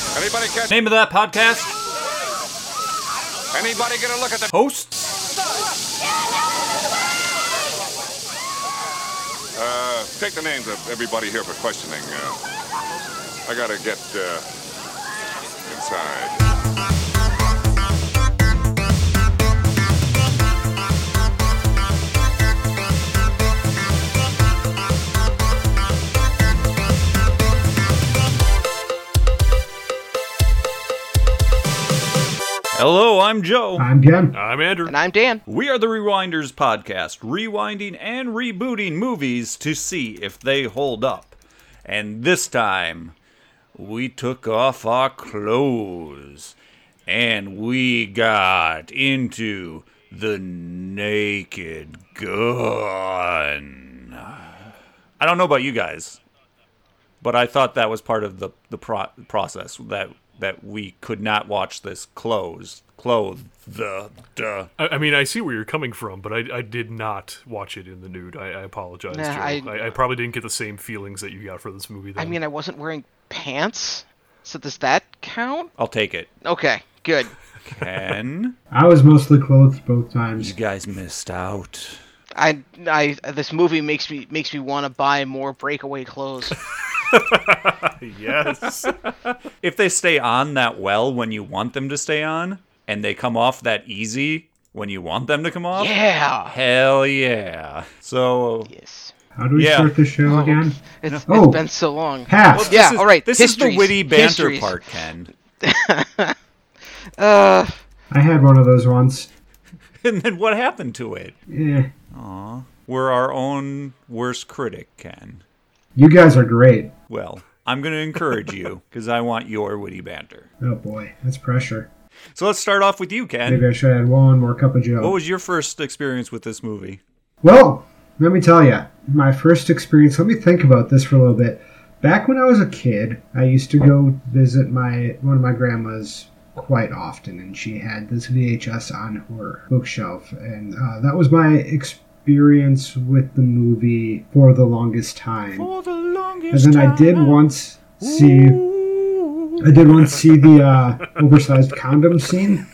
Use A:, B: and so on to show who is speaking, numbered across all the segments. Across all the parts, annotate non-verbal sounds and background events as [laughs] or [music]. A: it.
B: Name of that podcast?
A: Anybody gonna look at the
B: Hosts?
A: Uh, take the names of everybody here for questioning. Uh, I gotta get uh, inside.
B: Hello, I'm Joe.
C: I'm Jen.
D: I'm Andrew.
E: And I'm Dan.
B: We are the Rewinders podcast, rewinding and rebooting movies to see if they hold up. And this time, we took off our clothes and we got into the naked gun. I don't know about you guys, but I thought that was part of the the pro- process that that we could not watch this clothes clothed the duh.
D: I, I mean, I see where you're coming from, but I, I did not watch it in the nude. I, I apologize.
E: Nah,
D: Joe.
E: I-
D: I, I, probably didn't get the same feelings that you got for this movie. Then.
E: I mean, I wasn't wearing pants, so does that count?
B: I'll take it.
E: Okay, good.
B: Ken,
C: I was mostly clothed both times.
B: you guys missed out.
E: I, I, this movie makes me makes me want to buy more
B: [laughs]
E: breakaway clothes.
D: yes.
B: If they stay on that well when you want them to stay on, and they come off that easy when you want them to come off,
E: yeah.
B: hell yeah. So
E: Yes.
C: How do we
B: Yeah.
C: start the show again?
E: It's,
C: Oh.
E: it's been so long.
C: Pass.
E: yeah.
B: this is-
E: all right.
B: This is
E: histories,
B: the witty banter
E: histories.
B: part, Ken. [laughs]
E: Uh,
C: I had one of those once.
B: And then what happened to it?
C: Eh.
B: We're our own worst critic, Ken.
C: You guys are great.
B: Well, I'm going to encourage
E: [laughs]
B: you because I want your witty banter.
C: Oh boy, that's pressure.
B: So let's start off with you, Ken.
C: Maybe I should have had one more cup of Joe.
B: What was your first experience with this movie?
C: Well, let me tell you, my first experience. Let me think about this for a little bit. Back when I was a kid, I used to go visit my one of my grandmas quite often, and she had this VHS on her bookshelf, and uh, that was my experience with the movie for the longest time.
B: For the
C: And
B: longest
C: then I did
B: time.
C: once see.
B: Ooh.
C: I did once see the uh, oversized condom scene,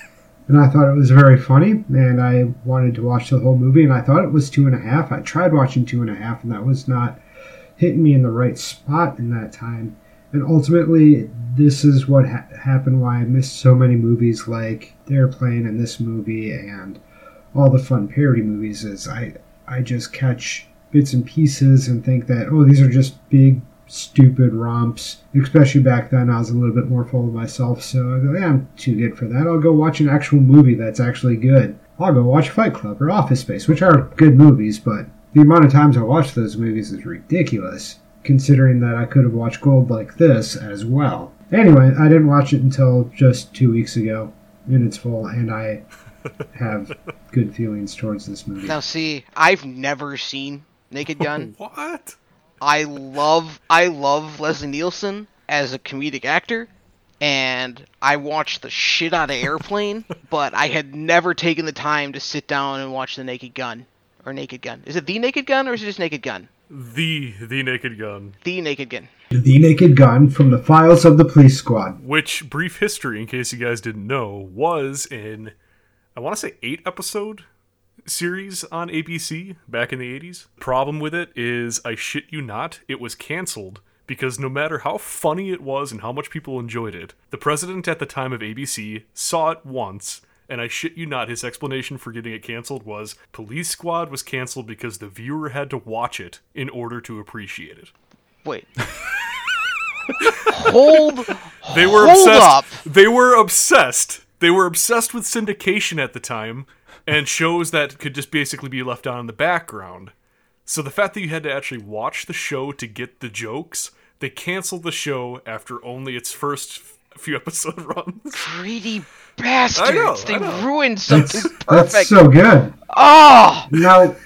C: and I thought it was very funny, and I wanted to watch the whole movie, and I thought it was two and a half. I tried watching two and a half, and that was not hitting me in the right spot in that time. And ultimately, this is what ha- happened why I missed so many movies like The Airplane and this movie and all the fun parody movies is I, I just catch bits and pieces and think that, oh, these are just big stupid romps. Especially back then, I was a little bit more full of myself, so I go, yeah, I'm too good for that. I'll go watch an actual movie that's actually good. I'll go watch Fight Club or Office Space, which are good movies, but the amount of times I watch those movies is ridiculous, considering that I could have watched Gold like this as well. Anyway, I didn't watch it until just two weeks ago in its full, and I have good feelings towards this movie.
E: now see, I've never seen
B: [laughs]
E: Naked Gun.
D: what?
E: I love I love Leslie Nielsen as a comedic actor, and I watched the shit out of
D: [laughs]
E: Airplane, but I had never taken the time to sit down and watch The Naked Gun or Naked Gun. Is it The Naked Gun or is it just Naked Gun?
D: The the Naked Gun,
E: The Naked Gun.
C: The Naked Gun from the Files of the Police Squad.
D: which brief history, in case you guys didn't know, was in I want to say eight episode series on ABC back in the 80s. Problem with it is I shit you not, it was canceled because no matter how funny it was and how much people enjoyed it, the president at the time of ABC saw it once and I shit you not, his explanation for getting it canceled was Police Squad was canceled because the viewer had to watch it in order to appreciate it. [laughs]
E: Wait. Hold.
D: They were
E: Hold
D: obsessed.
E: up.
D: They were obsessed. They were obsessed with syndication at the time and shows that could just basically be left on in the background. So the fact that you had to actually watch the show to get the jokes, they canceled the show after only its first f- few [laughs] episode runs.
E: Greedy bastards! they
D: I know.
E: ruined something perfect.
C: That's so good.
E: oh,
C: Now,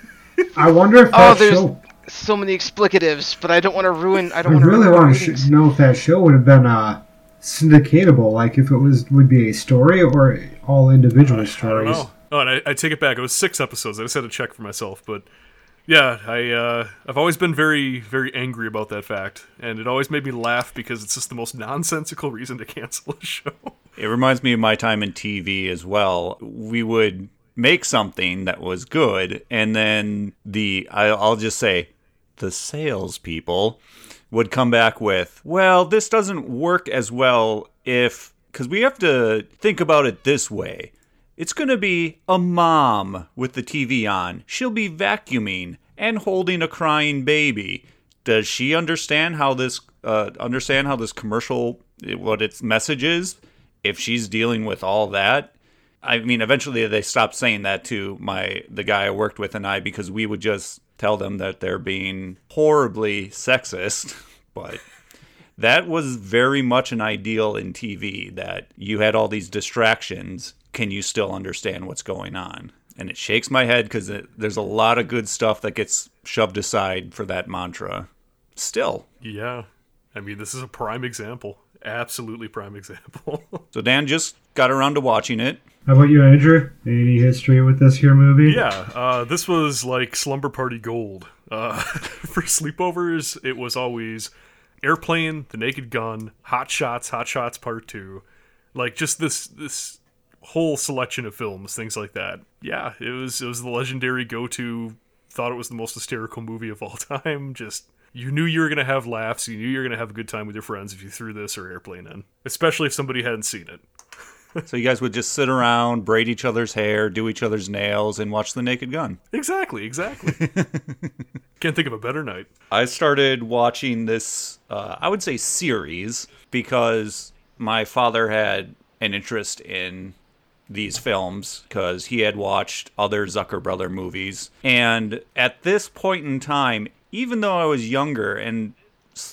C: I wonder if
E: [laughs] oh,
C: that
E: there's
C: show.
E: so many explicatives, but I don't want to ruin. I
C: I
E: don't want to
C: really
E: ruin
C: want
E: the
C: to
E: ratings.
C: sh- know if that show would have been uh, syndicatable, like if it was would be a story or all individual
D: I don't
C: stories.
D: oh, know. Oh, and I, I take it back. It was six episodes. I just had to check for myself, but Yeah, I uh, I've always been very very angry about that fact, and it always made me laugh because it's just the most nonsensical reason to cancel a [laughs] show.
B: It reminds me of my time in TV as well. We would make something that was good, and then the, I- I'll just say, the salespeople would come back with, well, this doesn't work as well if, because we have to think about it this way. It's going to be a mom with the TV on. She'll be vacuuming and holding a crying baby. Does she understand how this uh, understand how this commercial what its message is? If she's dealing with all that, I mean, eventually they stopped saying that to my the guy I worked with and I because we would just tell them that they're being horribly sexist. [laughs] But that was very much an ideal in TV that you had all these distractions. Can you still understand what's going on? And it shakes my head because there's a lot of good stuff that gets shoved aside for that mantra. Still.
D: Yeah, I mean this is a prime example, absolutely prime example. [laughs]
B: So Dan just got around to watching it.
C: How about you, Andrew? Any history with this here movie?
D: yeah, uh, this was like slumber party gold uh, [laughs] for sleepovers. It was always airplane, the Naked Gun, Hot Shots, Hot Shots Part Two, like just this this whole selection of films, things like that. Yeah, it was it was the legendary go to. Thought it was the most hysterical movie of all [laughs] time. Just you knew you were gonna have laughs. You knew you were gonna have a good time with your friends if you threw this or airplane in, especially if somebody hadn't seen it.
B: So you guys would just sit around, braid each other's hair, do each other's nails, and watch The Naked Gun.
D: Exactly, exactly. Can't think of a better night.
B: I started watching this, uh, I would say, series because my father had an interest in these films because he had watched other Zucker Brother movies. And at this point in time, even though I was younger and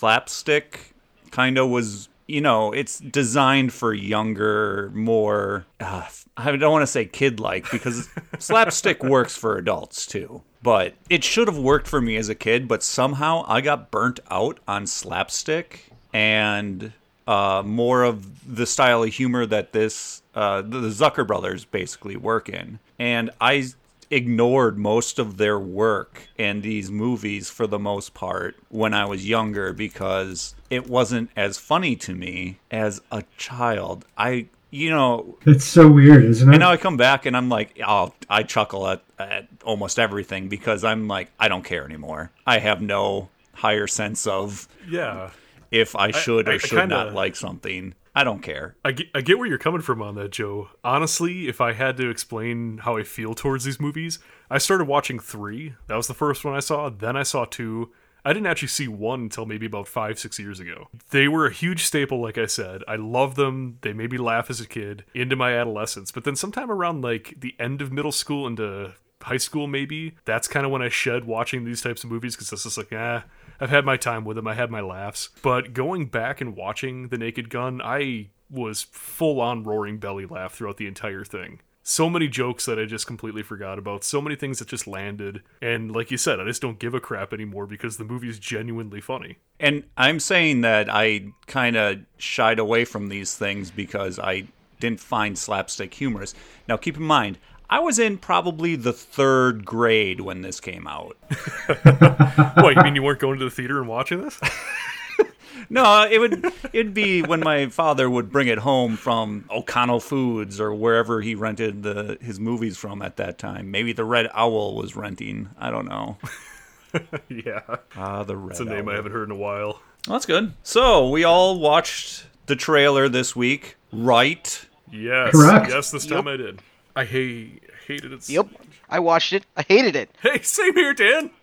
B: slapstick kind of was, you know, it's designed for younger, more, uh, I don't want to say kid like because slapstick works for adults too. But it should have worked for me as a kid, but somehow I got burnt out on slapstick and uh, more of the style of humor that this uh, the the Zucker brothers basically work in, and I ignored most of their work and these movies for the most part when I was younger because it wasn't as funny to me as a child. I you know
C: It's so weird, isn't it?
B: and now I come back and I'm like, oh, I chuckle at, at almost everything because I'm like, I don't care anymore. I have no higher sense of
D: Yeah.
B: if I should or
D: I- I
B: should not
D: kinda-
B: like something. I don't care.
D: I get, I get where you're coming from on that, Joe. Honestly, if I had to explain how I feel towards these movies, I started watching three. That was the first one I saw. Then I saw two. I didn't actually see one until maybe about five, six years ago. They were a huge staple, like I said. I love them. They made me laugh as a kid into my adolescence. But then, sometime around like the end of middle school into high school, maybe, that's kind of when I shed watching these types of movies because it's just like, ah, I've had my time with them. I had my laughs. But going back and watching The Naked Gun, I was full on roaring belly laugh throughout the entire thing. So many jokes that I just completely forgot about, so many things that just landed. And like you said, I just don't give a crap anymore because the movie's genuinely funny.
B: And I'm saying that I kind of shied away from these things because I didn't find slapstick humorous. Now, keep in mind, I was in probably the third grade when this came out. [laughs]
D: what, you mean you weren't going to the theater and watching this? [laughs]
B: No, it would it'd be when my father would bring it home from O'Connell Foods or wherever he rented the his movies from at that time. Maybe the Red Owl was renting. I don't know.
D: yeah.
B: [laughs] Ah, the Red
D: It's a name I haven't heard in a while.
B: Well, that's good. So we all watched the trailer this week, right?
D: Yes.
C: Correct.
D: Yes, this time I did. I hate, hated it. so
E: Yep. I watched it. I hated it.
D: Hey, same here, Dan. [laughs]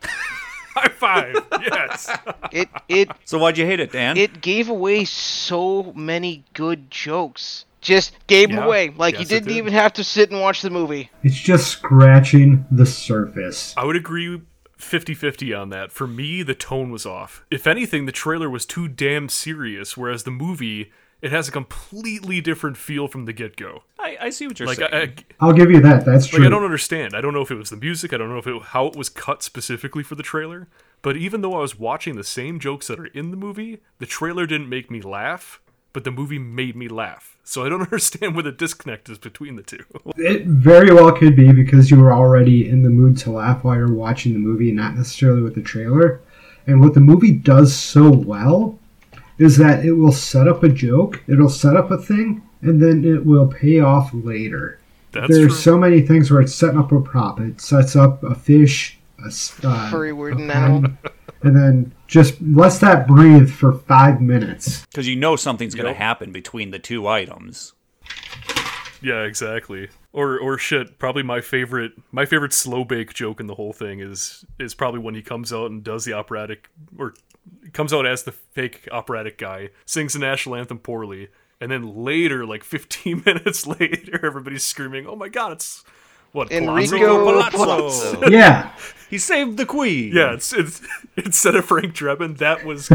D: High five. Yes.
E: It it
B: So why'd you hate it, Dan?
E: it gave away so many good jokes. Just gave 'em
D: Yeah.
E: away. Like you
D: Yes, it
E: didn't
D: did.
E: even have to sit and watch the movie.
C: It's just scratching the surface.
D: I would agree 50 50 on that. For me, the tone was off. If anything, the trailer was too damn serious, whereas the movie, it has a completely different feel from the get go.
B: I, I see what you're
D: Like, I,
B: saying.
D: I, like
C: I'll give you that. That's true.
D: I don't understand. I don't know if it was the music, I don't know if it, how it was cut specifically for the trailer. But even though I was watching the same jokes that are in the movie, the trailer didn't make me laugh. but the movie made me laugh. So I don't [laughs] understand where the disconnect is between the two. [laughs]
C: It very well could be because you were already in the mood to laugh while you're watching the movie, not necessarily with the trailer. And what the movie does so well is that it will set up a joke, it'll set up a thing, and then it will pay off later.
D: That's
C: There's
D: true.
C: so many things where it's setting up a prop. It sets up a fish, a s- uh,
E: Furry word
C: a
E: now.
D: [laughs]
C: pond, and then just lets that breathe for five minutes.
B: Because you know something's going
D: Yep.
B: to happen between the two items.
D: yeah, exactly. Or or shit, probably my favorite my favorite slow bake joke in the whole thing is is probably when he comes out and does the operatic or comes out as the fake operatic guy, sings the national anthem poorly, and then later, like fifteen [laughs] minutes later, everybody's screaming, "Oh my god, it's what Palazzo?"
E: Enrico
B: Palazzo.
E: Palazzo.
C: Yeah,
B: He saved the queen.
D: Yeah, it's, it's [laughs] instead of Frank Drebin, that was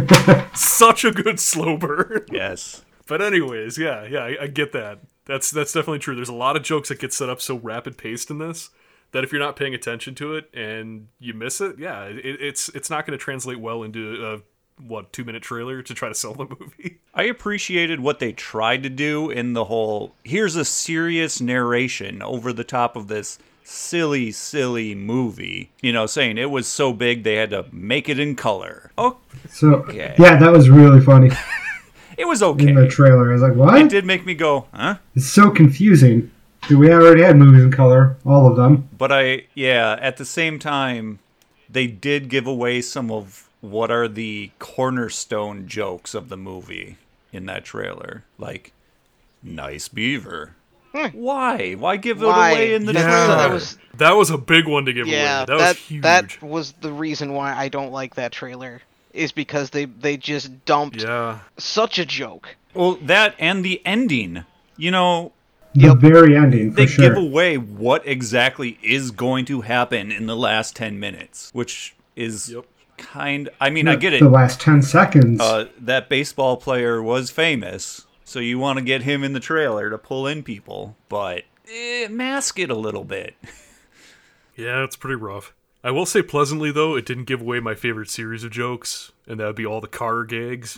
D: such a good slow burn.
B: Yes.
D: But anyways, yeah, yeah, I, I get that. That's that's definitely true. There's a lot of jokes that get set up so rapid paced in this that if you're not paying attention to it and you miss it, yeah, it, it's it's not going to translate well into a what two minute trailer to try to sell the [laughs] movie.
B: I appreciated what they tried to do in the whole here's a serious narration over the top of this silly, silly movie. You know, saying it was so big they had to make it in color. Oh,
C: so
B: Okay.
C: yeah, that was really funny
B: it was
C: in the
B: okay.
C: trailer. I was like, what?
B: It did make me go, huh?
C: It's so confusing. Dude, We already had movies in color, all of them.
B: But I, yeah, at the same time, they did give away some of what are the cornerstone jokes of the movie in that trailer. Like, nice beaver. Why? Why give
E: Why?
B: it away in the
E: That's-
B: trailer?
E: that was-
D: that was a big one to give
E: Yeah,
D: away. That, was
E: that
D: huge.
E: that was the reason why I don't like that trailer is because they they just dumped
D: yeah,
E: such a joke.
B: Well, that and the ending. You know,
C: The
E: Yep.
C: very ending, for
B: they
C: sure.
B: give away what exactly is going to happen in the last 10 minutes, which is
D: Yep.
B: kind I mean, I get it.
C: The last 10 seconds.
B: Uh, that baseball player was famous, so you want to get him in the trailer to pull in people, but eh, mask it a little bit.
D: yeah, it's pretty rough. I will say pleasantly though, it didn't give away my favorite series of jokes, and that would be all the car
E: [laughs]
D: gags.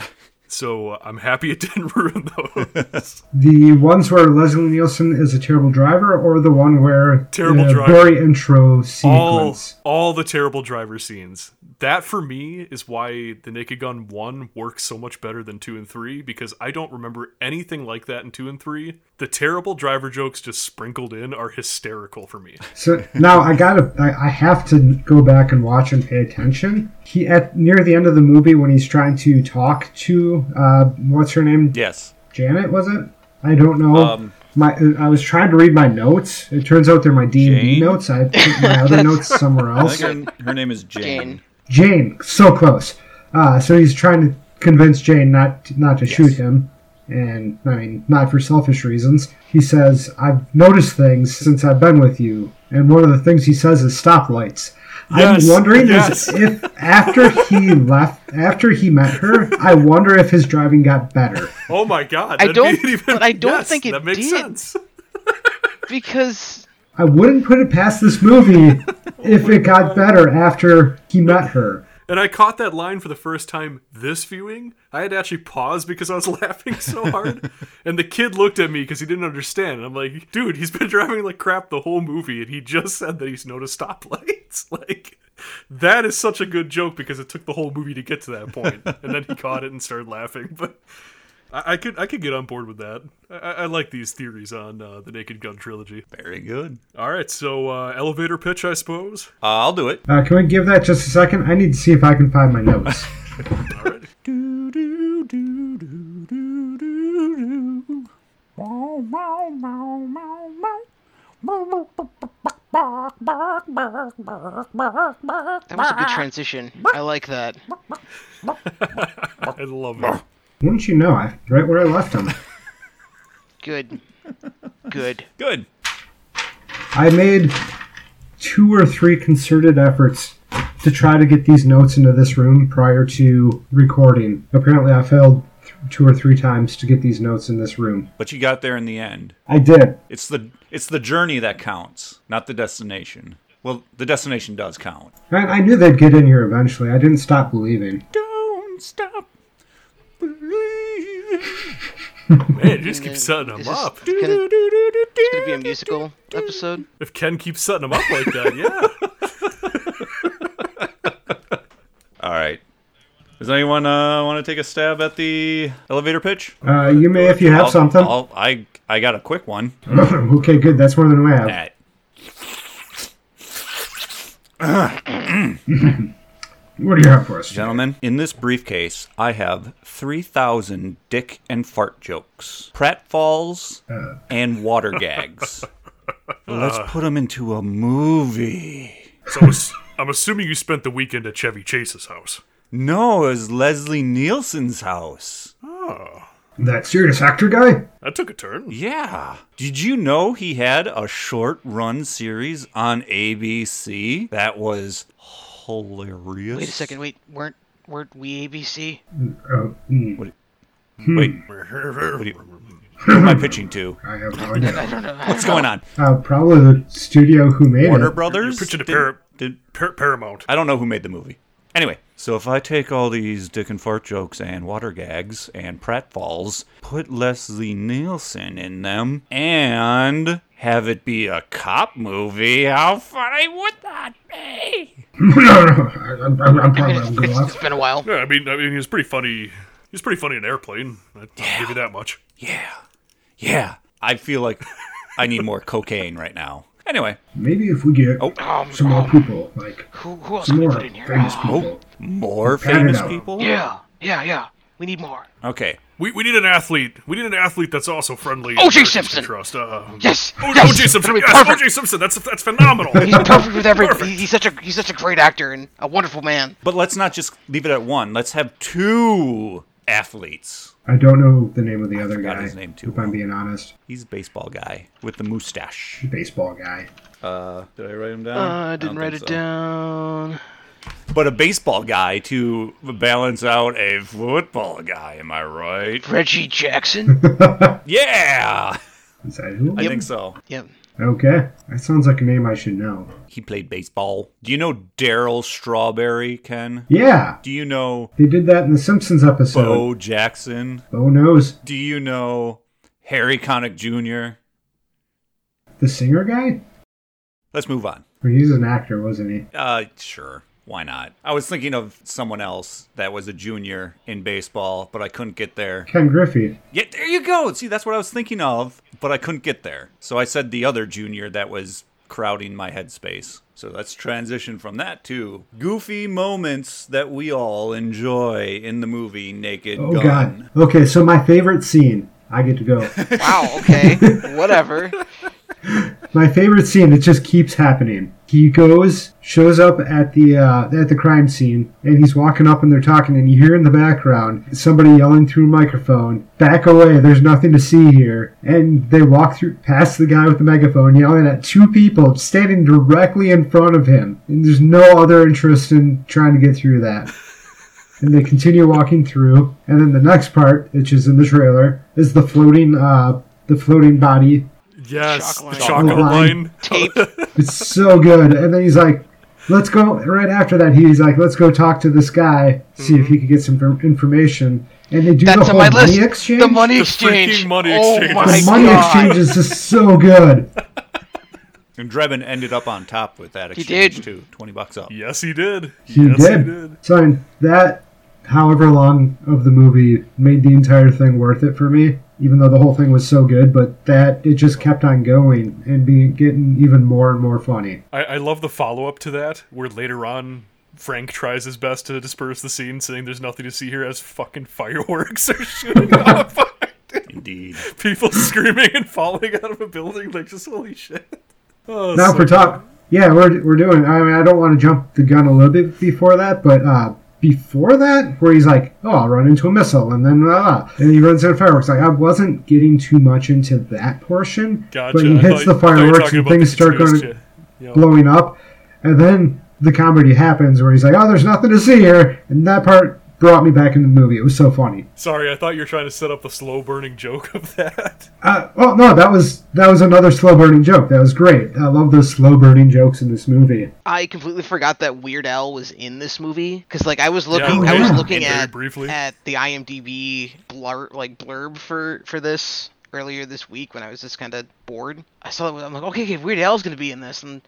D: So uh, I'm happy it didn't [laughs] ruin those.
C: the ones where Leslie Nielsen is a terrible driver, or the one where
D: Terrible
C: the
D: driver.
C: very intro
D: all
C: sequence.
D: all the terrible driver scenes. That for me is why the Naked Gun one works so much better than two and three because I don't remember anything like that in two and three. The terrible driver jokes just sprinkled in are hysterical
E: [laughs]
D: for me.
C: So now I gotta, I, I have to go back and watch and pay attention. He at near the end of the movie when he's trying to talk to uh, what's her name,
B: Yes.
C: Janet, was it? I don't know.
B: Um,
C: my I was trying to read my notes. It turns out they're my D and D
B: Jane?
C: notes. I put my other notes somewhere
B: I
C: else.
B: think her, her name is Jane.
E: Jane.
C: Jane, so close. Uh, so he's trying to convince Jane not not to shoot him, and I mean not for selfish reasons. He says, "I've noticed things since I've been with you," and one of the things he says is stoplights.
D: Yes,
C: I'm wondering
D: yes.
C: is if after he left, after he met her, I wonder if his driving got better.
D: Oh my god!
E: I
D: that'd
E: don't-
D: be even-
E: but I don't
D: yes,
E: think it
D: that makes
E: did.
D: sense.
E: Because
C: I wouldn't put it past
B: [laughs]
C: this movie if it got better after he met her.
D: And I caught that line for the first time this viewing. I had to actually pause because I was [laughs] laughing so hard. and the kid looked at me because he didn't understand. And I'm like, dude, he's been [laughs] driving like crap the whole movie, and he just said that he's noticed stoplights. [laughs] like, that is such a good joke because it took the whole movie to get to that point. and then he caught it and started laughing. But I, I could I could get on board with that. I, I I like these theories on uh, the Naked Gun trilogy.
B: Very good.
D: All right, so uh, elevator pitch, I suppose.
B: Uh, I'll do it.
C: Uh, can we give that just a second? I need to see if I can find
B: [laughs]
C: my notes.
D: All right.
B: Do, do, do, do, do, do, do. Wow, wow, wow, wow, wow.
E: that was a good transition. I like that. Oh.
D: I
E: [laughs]
D: love it.
C: Wouldn't you know? I right where I left him.
E: Good. Good.
B: Good.
C: I made two or three concerted efforts to try to get these notes into this room prior to recording. Apparently, I failed th- two or three times to get these notes in this room.
B: But you got there in the end.
C: I did.
B: It's the it's the journey that counts, not the destination. Well, the destination does count.
C: I, I knew they'd get in here eventually. I didn't stop believing.
B: Don't stop believing.
D: Man, you just keep setting
E: Is
D: them
E: this-
D: up.
E: it's gonna-
B: It's
E: Could be a musical episode.
D: If Ken keeps setting them up like that, [laughs] yeah.
B: All right. Does anyone uh, want to take a stab at the elevator pitch?
C: Uh, you may if you have
B: I'll-
C: something. Oh.
B: I'll- I I got a quick one.
C: [laughs] okay, good. That's more than I have.
B: All right.
C: What do you have for us?
B: Gentlemen, in this briefcase, I have 3,000 dick and fart jokes, pratfalls,
C: Uh.
B: and water
C: [laughs]
B: gags. Let's put them into a movie.
D: So I'm ass- I'm assuming you spent the weekend at Chevy Chase's house.
B: No, it's Leslie Nielsen's house.
C: That serious actor guy?
D: That took a turn.
B: Yeah. Did you know he had a short run series on ABC that was hilarious?
E: Wait a second. Wait, weren't weren't we ABC?
C: Oh,
B: Wait,
C: mm,
B: what do you- who am I pitching to?
C: Hmm. I have no idea.
E: [laughs] I don't know.
B: What's going on?
C: Uh, probably the studio who made
B: Warner
C: [laughs] it.
B: Brothers?
D: pitching to
B: Did-
D: Parrot.
B: did-
D: Par- Paramount.
B: I don't know who made the movie. Anyway, so if I take all these dick and fart jokes and water gags and pratfalls, put Leslie Nielsen in them, and have it be a cop movie, how funny would that be?
C: no, no, no. I, I'm, I'm, I'm probably I'm going
E: It's
C: off.
E: been a while.
D: Yeah, I mean, I mean, he was pretty funny. He was pretty funny in Airplane. I'll give you that much.
B: Yeah. Yeah. I feel like I need more [laughs] cocaine right now. Anyway,
C: Maybe if we get
B: Oh.
E: Um,
C: some more people, like
E: who, who else
C: some
E: can we
C: more
E: put in here?
C: famous
B: Oh.
C: people.
B: more
C: Pattern
B: famous
C: out.
B: people?
E: Yeah, yeah, yeah. We need more.
B: Okay.
D: We, we need an athlete. We need an athlete that's also friendly. and
E: O.J.
D: Americans can
E: Simpson.
D: Trust. Uh,
E: Yes,
D: O-
E: yes.
D: O.J. Simpson.
E: That'll be
D: Yes,
E: perfect.
D: O.J. Simpson. That's that's phenomenal.
E: He's perfect with every.
D: Perfect.
E: He's such a he's such a great actor and a wonderful man.
B: But let's not just leave it at one. Let's have two athletes.
C: I don't know the name of the other
B: forgot
C: guy.
B: his name too.
C: If I'm being honest,
B: He's a baseball guy with the mustache.
C: baseball guy.
B: Uh, did I write him down?
E: Uh, I
B: don't
E: didn't write it
B: think so.
E: down.
B: But a baseball guy to balance out a football guy, am I right?
C: [laughs]
E: Reggie Jackson.
B: Yeah,
C: Is that who?
B: I think so.
E: yep.
C: Okay, that sounds like a name I should know.
B: He played baseball. Do you know Daryl Strawberry, Ken?
C: Yeah,
B: Do you know
C: they did that in the Simpsons episode.
B: Bo Jackson?
C: Bo, knows
B: Do you know Harry Connick Jr.?
C: the singer guy.
B: Let's move on.
C: Well, He's an actor, wasn't he?
B: Uh, sure. Why not? I was thinking of someone else that was a junior in baseball, but I couldn't get there.
C: Ken Griffey.
B: Yeah, there you go. See, that's what I was thinking of, but I couldn't get there. So I said the other junior that was crowding my headspace. So let's transition from that to goofy moments that we all enjoy in the movie Naked
C: Oh
B: Gun.
C: God. Okay, so my favorite scene. I get to go.
B: [laughs]
C: [laughs]
E: Wow. Okay. Whatever.
C: My favorite scene. It just keeps happening. He goes, shows up at the uh, at the crime scene, and he's walking up, and they're talking, and you hear in the background somebody yelling through a microphone, "Back away! There's nothing to see here." And they walk through past the guy with the megaphone, yelling at two people standing directly in front of him, and there's no other interest in trying to get through that. [laughs] and they continue walking through and then the next part which is in the trailer is the floating uh the floating body
D: Yes,
E: Chalk
D: the
E: line.
D: chocolate
C: Chocolate line.
D: line.
E: Tape.
C: it's so good and then he's like let's go right after that he's like let's go talk to this guy see if he could get some inform- information and they do
E: That's
C: the
E: on
C: whole
E: my list.
C: money exchange
E: The money
D: The
E: exchange.
D: freaking money
E: oh
D: exchange.
E: my
C: The money
E: god.
C: exchange is just so good
B: And Drebin ended up on top with that exchange,
E: did.
B: too. 20 bucks up.
D: Yes, he did.
C: he,
D: yes,
C: did.
D: he did.
C: so I mean, that however long of the movie made the entire thing worth it for me even though the whole thing was so good but that it just kept on going and being getting even more and more funny
D: I, I love the follow up to that, where later on Frank tries his best to disperse the scene, saying there's nothing to see here as fucking fireworks are [laughs] shooting off.
B: Indeed.
D: People screaming and falling out of a building, like just holy shit. Oh,
C: now
D: so-
C: for top yeah we're, we're doing i mean i don't want to jump the gun a little bit before that but uh before that where he's like oh i'll run into a missile and then uh, and he runs into fireworks like i wasn't getting too much into that portion
D: Gotcha.
C: but he
D: I
C: hits
D: thought-
C: the
D: I thought you were
C: fireworks
D: talking
C: and
D: about the
C: things start going
D: conspiracy shit. Yeah.
C: blowing up and then the comedy happens where he's like oh there's nothing to see here and that part brought me back in the movie. It was so funny.
D: Sorry, I thought you were trying to set up the slow burning joke
E: [laughs]
D: of that.
C: Uh, well, no, that was that was another slow burning joke. That was great. I love those slow burning jokes in this movie.
E: I completely forgot that Weird Al was in this movie because like I was looking,
D: Yeah,
E: I was
C: Oh, yeah.
E: looking
D: And very
E: at
D: briefly.
E: at the IMDb blur like blurb for for this earlier this week when I was just kind of bored. I saw it. I'm like, okay, okay, Weird Al's gonna be in this, and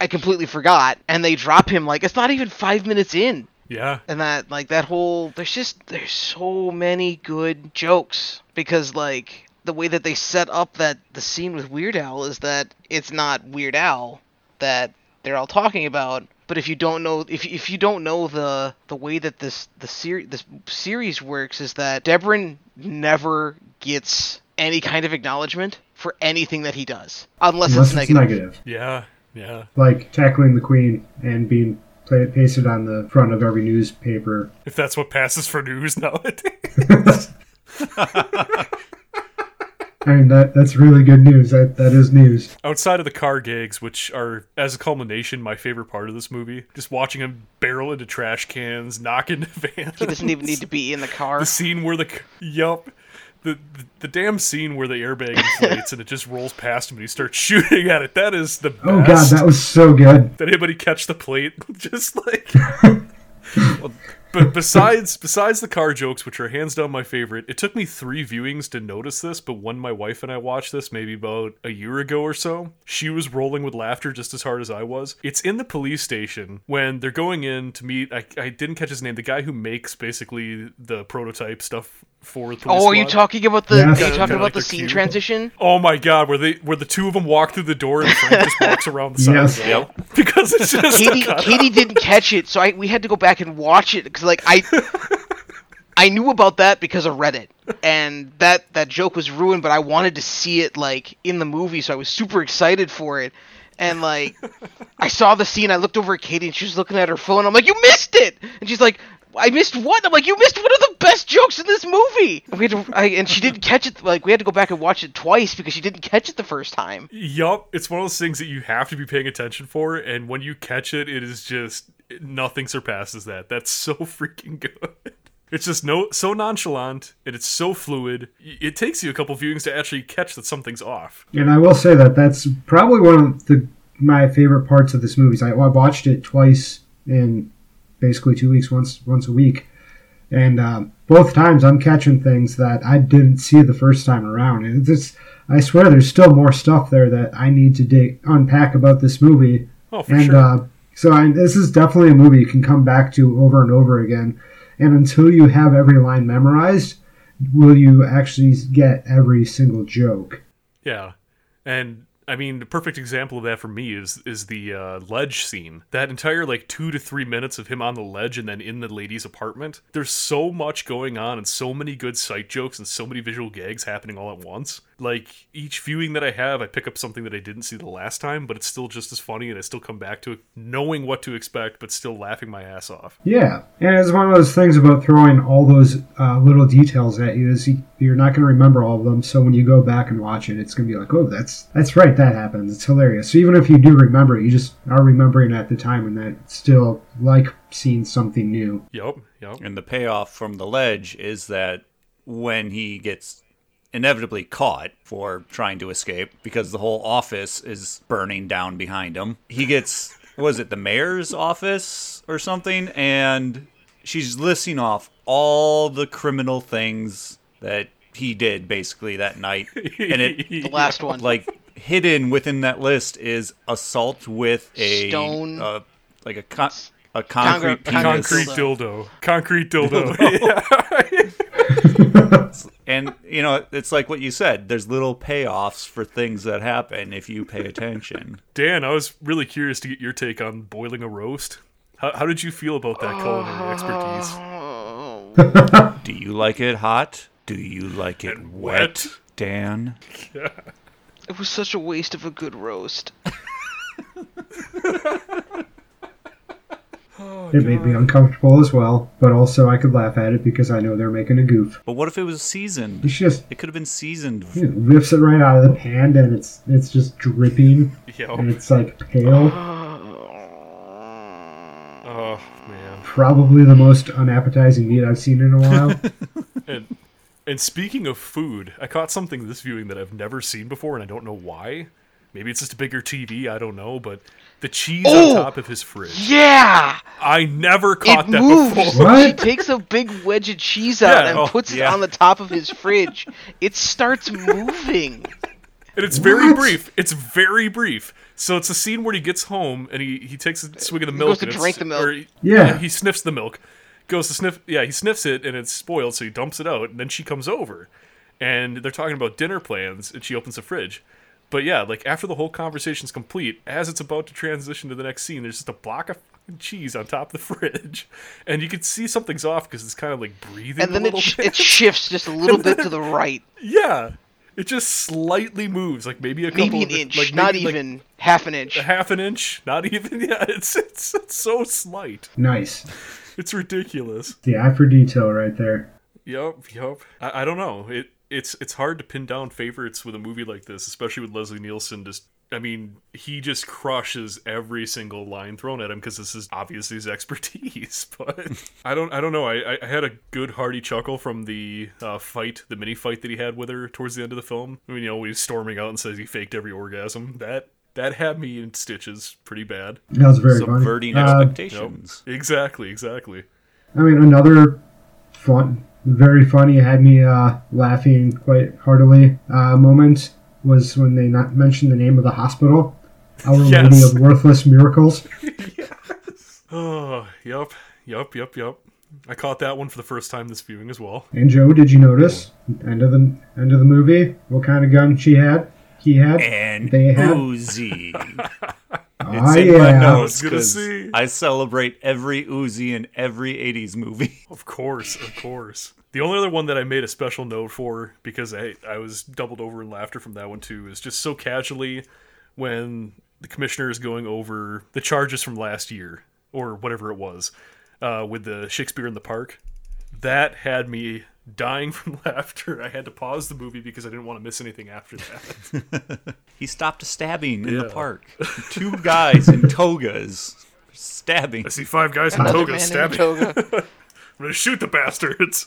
E: I completely forgot. And they drop him like it's not even five minutes in,
D: Yeah.
E: and that like that whole there's just there's so many good jokes because like the way that they set up that the scene with Weird Al is that it's not Weird Al that they're all talking about but if you don't know if, if you don't know the the way that this the series this series works is that Deborah never gets any kind of acknowledgement for anything that he does unless,
C: Unless
E: it's
C: it's
E: negative.
C: negative,
D: Yeah. Yeah.
C: like tackling the queen and being pla pasted on the front of every newspaper.
D: If that's what passes for news [laughs] nowadays.
C: I mean, that that's really good news. That that is news.
D: Outside of the car gags, which are, as a culmination, my favorite part of this movie, just watching him barrel into trash cans, knock into [laughs] vans.
E: He doesn't even need to be in
C: [laughs]
E: the car.
D: The scene where the. c- Yup. The, the, the damn scene where the airbag inflates and it just rolls past him and he starts [laughs] shooting at it. That is the best.
C: Oh god, that was so good.
D: Did anybody catch the plate? [laughs] Just like. but besides besides the car jokes, which are hands down my favorite, it took me three viewings to notice this. But when my wife and I watched this, maybe about a year ago or so, she was rolling with laughter just as hard as I was. It's in the police station when they're going in to meet. I, I didn't catch his name. The guy who makes basically the prototype stuff for. Police
E: oh, are you
D: squad.
E: talking about the
C: Yeah.
E: are you
C: Kinda-
E: talking
D: kinda
E: about
D: like
E: the
D: the
E: scene
D: cube.
E: transition?
D: Oh my god, where they where the two of them walk through the door and Frank just walks around the side
C: Yes.
D: of the wall [laughs] because it's just a
E: Katie,
D: cut.
E: Katie didn't catch it, so I we had to go back and watch it because like I, I knew about that because of Reddit, and that that joke was ruined. But I wanted to see it like in the movie, so I was super excited for it. And like, I saw the scene. I looked over at Katie, and she was looking at her phone. I'm like, "You missed it!" And she's like, "I missed what?" I'm like, "You missed one of the best jokes in this movie." And we had to, I, and she didn't catch it. Like, we had to go back and watch it twice because she didn't catch it the first time.
D: Yup, it's one of those things that you have to be paying attention for, and when you catch it, it is just nothing surpasses that. That's so [laughs] freaking good. It's just no so nonchalant, and it's so fluid. Y- It takes you a couple viewings to actually catch that something's off.
C: And I will say that that's probably one of the my favorite parts of this movie. is I, I watched it twice in basically two weeks, once once a week, and um, both times I'm catching things that I didn't see the first time around. And this, I swear, there's still more stuff there that I need to dig, unpack about this movie.
D: Oh, for
C: And
D: sure.
C: uh, so I, this is definitely a movie you can come back to over and over again. And until you have every line memorized, will you actually get every single joke?
D: Yeah, and I mean the perfect example of that for me is is the uh, ledge scene. That entire like two to three minutes of him on the ledge and then in the lady's apartment. There's so much going on and so many good sight jokes and so many visual gags happening all at once. Like each viewing that I have, I pick up something that I didn't see the last time, but it's still just as funny, and I still come back to it knowing what to expect, but still laughing my ass off.
C: Yeah, and it's one of those things about throwing all those uh, little details at you is you- you're not going to remember all of them. So when you go back and watch it, it's going to be like, oh, that's that's right, that happens. It's hilarious. So even if you do remember it, you just are remembering it at the time, and that's still like seeing something new.
D: Yup, yup.
B: And the payoff from the ledge is that when he gets inevitably caught for trying to escape because the whole office is burning down behind him, he gets, was it the mayor's office or something? And she's listing off all the criminal things that he did basically that night. And
E: The [laughs]
B: it,
E: last one.
B: like, hidden within that list is assault with a
E: Stone.
B: uh, like a, con- a concrete
E: Congre-
B: penis.
D: Concrete dildo. Concrete dildo. [laughs]
B: And you know, it's like what you said. There's little payoffs for things that happen if you pay attention.
D: Dan, I was really curious to get your take on boiling a roast. How, how did you feel about that culinary expertise?
E: Oh,
B: Do you like it hot? Do you like it wet,
D: wet.
B: Dan?
E: it was such a waste of a good roast. [sighs]
C: it made me uncomfortable as well, but also I could laugh at it because I know they're making a goof.
B: But what if it was seasoned?
C: It's just
B: It could have been seasoned.
C: you know, rips it right out of the pan, and it's it's just dripping,
D: Yo,
C: and it's like pale.
D: oh man,
C: probably the most unappetizing meat I've seen in a
D: [laughs]
C: while.
D: And and speaking of food, I caught something this viewing that I've never seen before, and I don't know why. Maybe it's just a bigger TV. I don't know, but the cheese
E: Oh!
D: on top of his fridge.
E: Yeah,
D: I never
E: it
D: caught that
E: moves.
D: before.
C: What?
E: He takes a big wedge of cheese out
D: Yeah,
E: and
D: oh,
E: puts it
B: yeah.
E: on the top of his fridge. It starts
D: [laughs]
E: moving.
D: And it's very
C: What?
D: brief. It's very brief. So it's a scene where he gets home and he, he takes a swig of the milk.
E: to
D: and it's-
E: drink the milk.
D: or he-
C: Yeah.
D: He sniffs the milk. Goes to sniff. Yeah, he sniffs it and it's spoiled, so he dumps it out. And then she comes over, and they're talking about dinner plans. And she opens the fridge. But yeah, like after the whole conversation's complete, as it's about to transition to the next scene, there's just a block of fucking cheese on top of the [laughs] fridge, and you can see something's off because it's kind of like breathing.
E: And then it,
D: a little
E: sh-
D: bit.
E: it shifts just a little bit to the right,
D: [laughs] Yeah, it just slightly moves, like maybe a couple
E: maybe an
D: of,
E: inch,
D: like,
E: not
D: maybe, like,
E: even half an inch.
D: a half an inch, not [laughs] even. Yeah, it's, it's it's so slight.
C: nice.
D: It's ridiculous.
C: The eye for detail right there.
D: Yup, yup. I, I don't know. It it's it's hard to pin down favorites with a movie like this, especially with Leslie Nielsen. Just I mean, he just crushes every single line thrown at him because this is obviously his expertise. [laughs] But I don't I don't know. I I- I had a good hearty chuckle from the uh, fight, the mini fight that he had with her towards the end of the film. I mean, you know, he's storming out and says he faked every orgasm. That. That had me in stitches pretty bad.
C: That was very
B: subverting
C: funny. Uh,
B: expectations.
D: Exactly, exactly.
C: I mean, another fun, very funny, had me uh, laughing quite heartily uh, moment was when they not mentioned the name of the hospital. Our
D: Yes.
C: Lady of Worthless Miracles.
D: Oh, yup, yup, yup, yup. I caught that one for the first time this viewing as well.
C: And Joe, did you notice end of the end of the movie what kind of gun she had? He had.
B: And
C: They have-
B: Uzi.
C: [laughs] Ah,
B: It's in my
D: I
B: notes
D: was gonna
B: 'cause
D: see.
B: I celebrate every Uzi in every 80s movie. [laughs]
D: Of course, of course. The only other one that I made a special note for because I I was doubled over in laughter from that one too is just so casually when the commissioner is going over the charges from last year or whatever it was uh, with the Shakespeare in the Park. That had me dying [laughs] from laughter. I had to pause the movie because I didn't want to miss anything after that. [laughs]
B: He stopped a stabbing in the
D: Yeah.
B: park. Two guys
D: [laughs]
B: in togas stabbing.
D: I see five guys in
E: Another
D: togas
E: man in a
D: stabbing. [laughs]
E: toga.
D: I'm gonna shoot the bastards.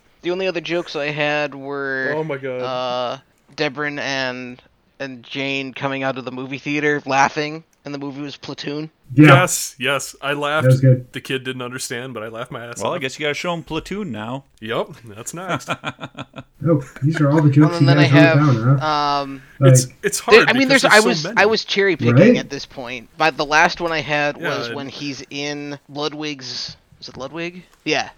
E: [laughs] The only other jokes I had were
D: oh my god.
E: uh, Debrin and and Jane coming out of the movie theater laughing, and the movie was Platoon.
C: yeah.
D: Yes, yes. I laughed.
C: That was good.
D: The kid didn't understand, but I laughed my ass
B: Well, I
D: off.
B: guess you gotta show him Platoon now.
D: Yep, that's
C: [laughs]
D: next.
C: Oh, these are all the jokes
E: And
C: you
E: then I
C: guys
E: have,
C: wrote down, huh?
E: um,
C: Like,
D: it's it's hard.
E: there- I mean,
D: because
E: there's, I
D: so
E: was
D: many.
E: I was cherry picking
C: Right?
E: at this point, but the last one I had
D: Yeah,
E: was
D: and-
E: when he's in Ludwig's. Is it Ludwig? Yeah.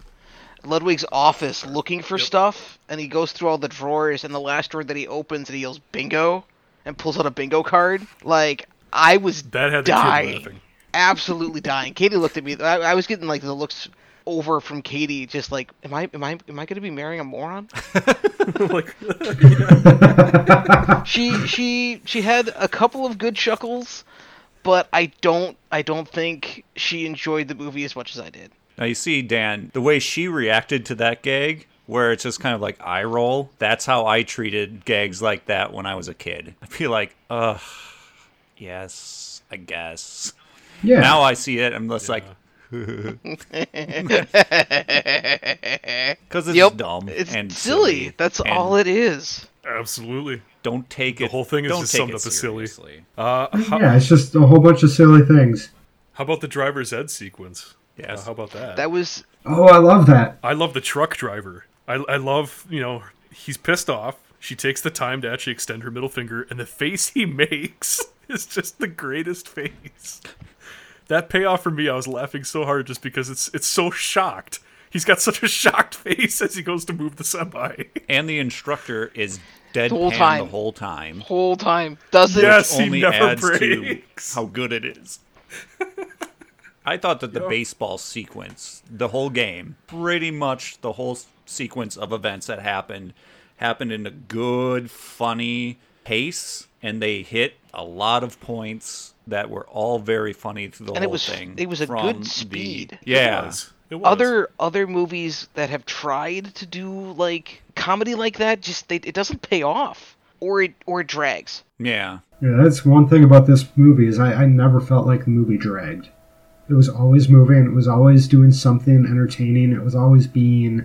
E: Ludwig's office looking for stuff, and he goes through all the drawers, and the last drawer that he opens, and he yells bingo, and pulls out a bingo card. Like I was
D: that had the
E: dying.
D: kid laughing. [laughs]
E: absolutely dying. Katie looked at me. I, I was getting like the looks over from Katie, just like, am I am I am I gonna be marrying a moron?
D: like,
E: she she she had a couple of good chuckles, but I don't I don't think she enjoyed the movie as much as I did.
B: Now you see, Dan, the way she reacted to that gag, where it's just kind of like eye roll. That's how I treated gags like that when I was a kid. [laughs] I'd be like, ugh, yes, I
E: [laughs]
B: guess.
C: yeah.
B: Now I see it. I'm just like, because it's
E: Yep.
B: dumb
E: It's
B: and
E: silly. That's
B: and
E: all it is.
D: absolutely.
B: Don't take it.
D: whole thing is
B: don't
D: just
B: take
D: summed
B: it
D: up as silly.
B: seriously.
D: Uh, how,
C: yeah, it's just a whole bunch of silly things.
D: how about the driver's ed sequence?
B: Yes.
D: Uh, how about that?
E: That was
C: Oh, I love that.
D: I love the truck driver. I I love you know he's pissed off. She takes the time to actually extend her middle finger, and the face he [laughs] makes is just the greatest face. That payoff for me, I was laughing so hard just because it's it's so shocked. He's got such a [laughs] shocked face as he goes to move the semi.
B: And the instructor is deadpan the
E: whole
B: whole
E: time.
B: time.
E: whole time. Doesn't
D: Yes. He
B: Only
D: never
B: adds
D: breaks.
B: to how good it is. [laughs] I thought that the baseball sequence, the whole game, pretty much the whole s- sequence of events that happened, happened in a good, funny pace, and they hit a lot of points that were all very funny through the
E: And it
B: whole
E: was-
B: thing.
E: it was a
B: from
E: good
B: the-
E: speed.
B: yeah,
D: It was. It was.
E: other other movies that have tried to do like comedy like that just they, it doesn't pay off or it or it drags
B: yeah.
C: Yeah, that's one thing about this movie is I, I never felt like the movie dragged. It was always moving. It was always doing something entertaining. It was always being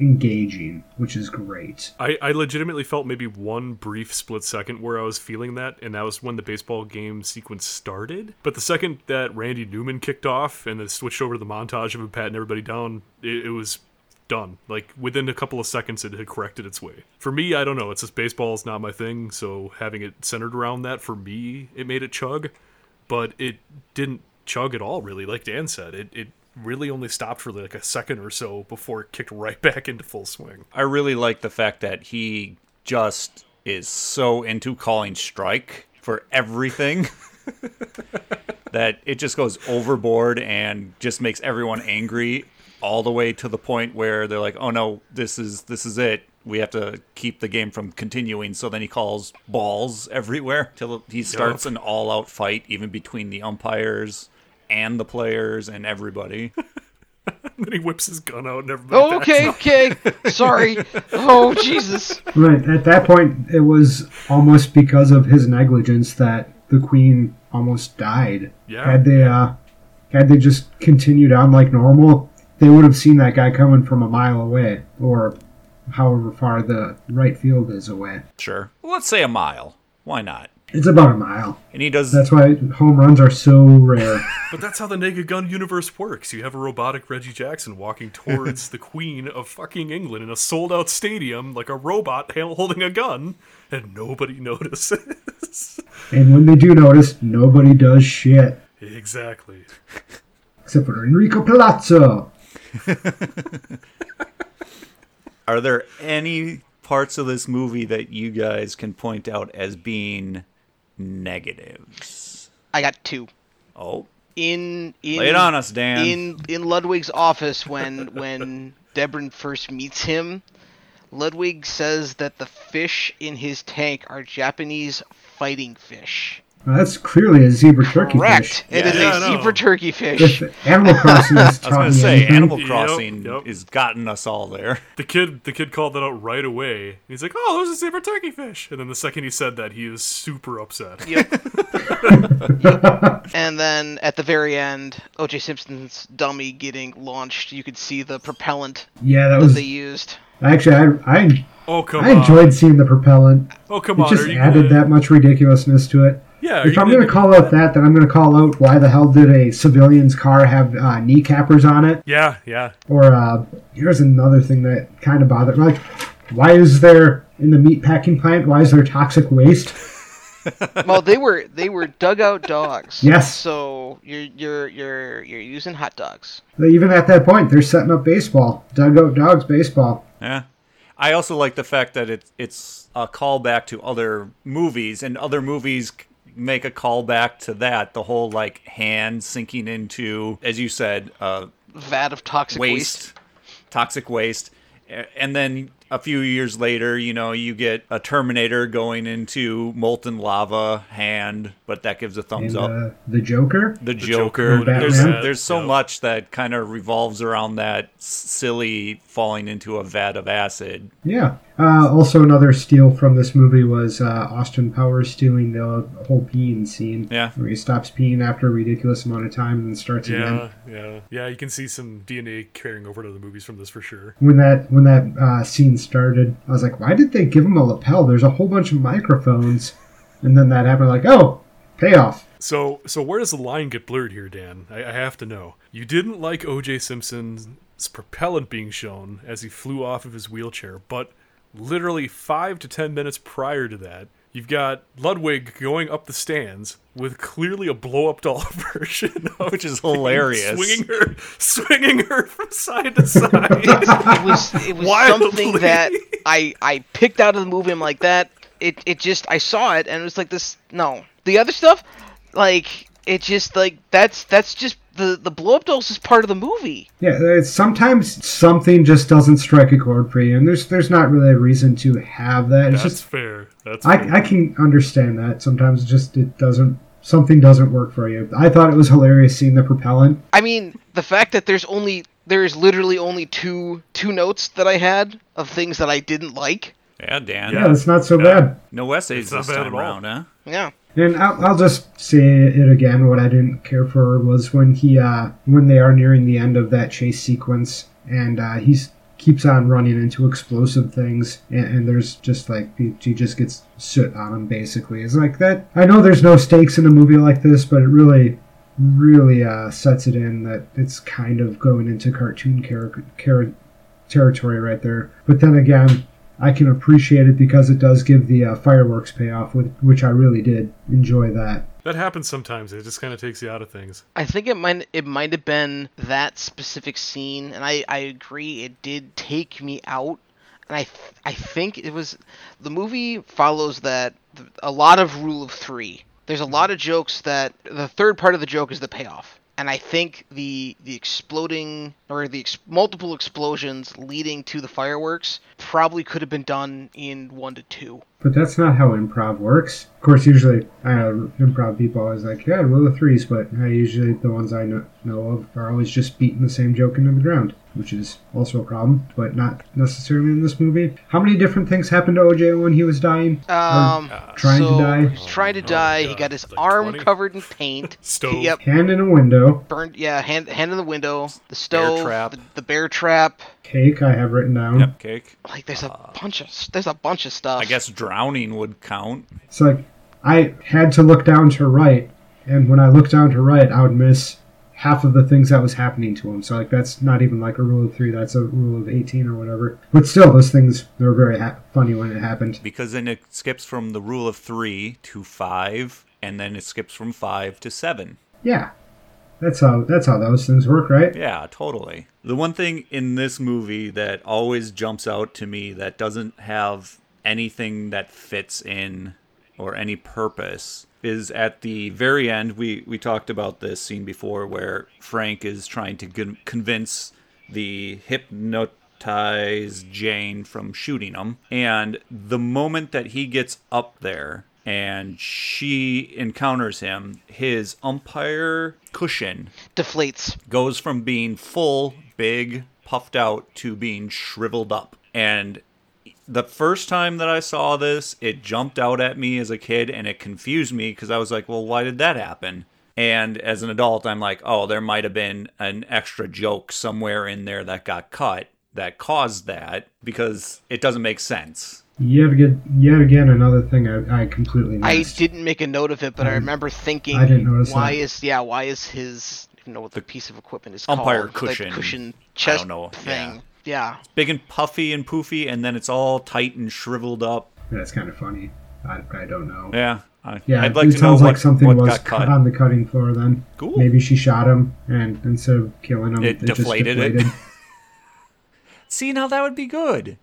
C: engaging, which is great.
D: I, I legitimately felt maybe one brief split second where I was feeling that, and that was when the baseball game sequence started. But the second that Randy Newman kicked off and then switched over to the montage of him patting everybody down, it, it was done. Like within a couple of seconds, it had corrected its way. For me, I don't know. It's just baseball is not my thing, so having it centered around that for me, it made it chug, but it didn't chug at all. Really, like Dan said, it it really only stopped for like a second or so before it kicked right [laughs] back into full swing.
B: I really like the fact that he just is so into calling strike for everything that it just goes overboard and just makes everyone angry all the way to the point where they're like, "Oh no, this is this is it. We have to keep the game from continuing." So then he calls balls [laughs] everywhere till he starts an all-out fight even between the umpires and the players and everybody.
D: And [laughs] then he whips his gun out and everybody.
E: Oh, okay, okay. Sorry. Oh, Jesus.
C: Right. At that point, it was almost because of his negligence that the queen almost died.
D: Yeah.
C: Had they uh, had they just continued on like normal, they would have seen that guy coming from a mile away or however far the right field is away.
B: Sure. Let's say a mile. Why not?
C: It's about a mile.
B: And he does
C: That's why home runs are
B: [laughs]
C: so rare.
D: But that's how the Naked Gun universe works. You have a robotic Reggie
C: [laughs]
D: Jackson walking towards the Queen of fucking England in a sold out stadium like a robot ha- holding a gun, and nobody [laughs] notices.
C: and when they do notice, nobody does shit.
D: exactly.
C: Except for Enrico Palazzo.
B: Are there any parts of this movie that you guys can point out as being negatives?
E: I got two.
B: Oh,
E: In in
B: lay it on us, Dan.
E: in in Ludwig's office when [laughs] when Debrin first meets him, Ludwig says that the fish in his tank are Japanese fighting fish.
C: Now, that's clearly a zebra turkey
E: Correct.
C: fish.
E: It is
D: Yeah, I
E: a
D: know.
E: zebra turkey fish.
B: [laughs]
C: If Animal Crossing has
B: I was
C: taught
B: gonna
C: me
B: say
C: anything,
B: Animal
D: Yep,
B: Crossing
D: yep.
B: has gotten us all there. [laughs]
D: The kid the kid called that out right away. He's like, Oh, there's a zebra turkey fish. And then the second he said that, he is super upset.
E: and then at the very end, O.J. Simpson's dummy getting launched. You could see the propellant
C: Yeah, that
E: that
C: was
E: they used.
C: actually I, I
D: Oh come
C: I
D: on.
C: enjoyed seeing the propellant.
D: oh come
C: It
D: on.
C: just
D: are you
C: added
D: gonna-
C: that much ridiculousness to it.
D: Yeah, are
C: If
D: you
C: I'm going to call out that, then I'm going to call out why the hell did a civilian's car have uh, kneecappers on it?
D: Yeah, yeah.
C: Or uh, here's another thing that kind of bothered. Like, why is there in the meat packing plant? Why is there toxic waste?
E: well, they were they were dugout dogs.
C: Yes.
E: So you're you're you're you're using hot dogs.
C: But even at that point, they're setting up baseball, dugout dogs baseball.
B: Yeah. I also like the fact that it's it's a callback to other movies, and other movies c- make a callback to that. The whole like hand sinking into, as you said, uh,
E: Vat of toxic waste.
B: waste, toxic waste, A- and then a few years later, you know, you get a Terminator going into molten lava hand, but that gives a thumbs
C: And
B: up.
C: uh, the Joker.
B: the
D: Joker
B: Joker.
D: would
C: have
B: There's
C: been that,
B: there's so
D: yeah.
B: much that kind of revolves around that s- silly falling into a vat of acid.
C: Yeah. Uh, also, another steal from this movie was uh, Austin Powers stealing the whole peeing scene.
B: Yeah.
C: Where he stops peeing after a ridiculous amount of time and then starts again.
D: Yeah, yeah. Yeah, you can see some DNA carrying over to the movies from this for sure.
C: When that when that uh, scene started, I was like, why did they give him a lapel? There's a whole bunch of microphones. And then that happened. Like, oh, payoff.
D: So, so where does the line get blurred here, Dan? I, I have to know. You didn't like O.J. Simpson's propellant being shown as he flew off of his wheelchair, but literally five to ten minutes prior to that, you've got Ludwig going up the stands with clearly a blow-up doll [laughs] version, of
B: Which is
D: Jane
B: hilarious.
D: swinging her, swinging her [laughs] from side to side.
C: [laughs]
E: it was it was
D: Wildly.
E: something that I I picked out of the movie. I'm like that. It it just I saw it and it was like this. No, the other stuff, like it just like that's that's just the the blow up dolls is part of the movie.
C: Yeah, uh, it's sometimes something just doesn't strike a chord for you, and there's there's not really a reason to have that. It's
D: That's
C: just
D: fair. That's fair.
C: I, I can understand that sometimes just it doesn't something doesn't work for you. I thought it was hilarious seeing the propellant.
E: I mean, the fact that there's only there is literally only two two notes that I had of things that I didn't like.
B: Yeah, Dan.
C: Yeah, that's not so bad.
B: No essays
D: not
B: this
D: bad
B: time
D: at all.
B: around, huh?
E: Yeah.
C: And I'll, I'll just say it again. What I didn't care for was when he, uh, when they are nearing the end of that chase sequence, and uh, he's keeps on running into explosive things, and, and there's just like he, he just gets soot on him. Basically, it's like that. I know there's no stakes in a movie like this, but it really, really uh, sets it in that it's kind of going into cartoon character char- territory right there. But then again, I can appreciate it because it does give the uh, fireworks payoff, with, which I really did enjoy that.
D: That happens sometimes. It just kind of takes you out of things.
E: I think it might it might have been that specific scene, and I, I agree it did take me out. And I th- I think it was the movie follows that a lot of rule of three. There's a lot of jokes that the third part of the joke is the payoff, and I think the the exploding or the ex- multiple explosions leading to the fireworks probably could have been done in one to two.
C: But that's not how improv works. Of course, usually I know improv people always like, yeah, rule of threes, but I usually the ones I know, know of are always just beating the same joke into the ground, which is also a problem, but not necessarily in this movie. How many different things happened to OJ when he was dying? Or
E: Um,
C: trying
E: so
C: to die,
E: He's trying to
D: Oh,
E: die. He
D: God.
E: got his
D: Like
E: arm
D: 20?
E: covered in paint.
D: [laughs] Stove.
E: Yep.
C: hand in a window.
E: Burned. Yeah. Hand. Hand in the window. The stove.
B: trap.
E: The, the bear trap.
C: Cake I have written down.
B: Yep, cake.
E: Like there's a bunch of s- there's a bunch of stuff.
B: Uh, I guess drowning would count.
C: It's like I had to look down to right, and when I looked down to right, I would miss half of the things that was happening to him. So like that's not even like a rule of three; that's a rule of eighteen or whatever. But still, those things they were very ha- funny when it happened.
B: because then it skips from the rule of three to five, and then it skips from five to seven.
C: Yeah, that's how that's how those things work, right?
B: Yeah, totally. The one thing in this movie that always jumps out to me that doesn't have anything that fits in or any purpose is at the very end. We we talked about this scene before where Frank is trying to con- convince the hypnotize Jane from shooting him. And the moment that he gets up there and she encounters him, his umpire cushion
E: Deflates.
B: goes from being full, big, puffed out to being shriveled up. And the first time that I saw this, it jumped out at me as a kid and it confused me because I was like, well, why did that happen? And as an adult, I'm like, oh, there might have been an extra joke somewhere in there that got cut that caused that because it doesn't make sense.
C: Yet again, yet again, another thing I, I completely
E: I
C: missed.
E: didn't make a note of it, but I remember thinking,
C: Mm. I didn't notice
E: why
C: that.
E: is yeah, why is his I don't know what the piece of equipment is
B: Umpire
E: called, like
B: cushion.
E: cushion
B: don't
E: chest
B: know,
E: thing. Yeah.
B: Big and puffy and poofy, and then it's all tight and shriveled up.
C: That's kind of funny. I, I don't know.
B: Yeah. I,
C: Yeah,
B: I'd like
C: it
B: to know
C: sounds
B: what,
C: like something
B: what
C: was
B: got cut.
C: on the cutting floor. Then
B: Cool.
C: maybe she shot him, and instead of killing him,
B: It
C: just
B: deflated it. [laughs]
C: deflated.
B: See, now that would be good.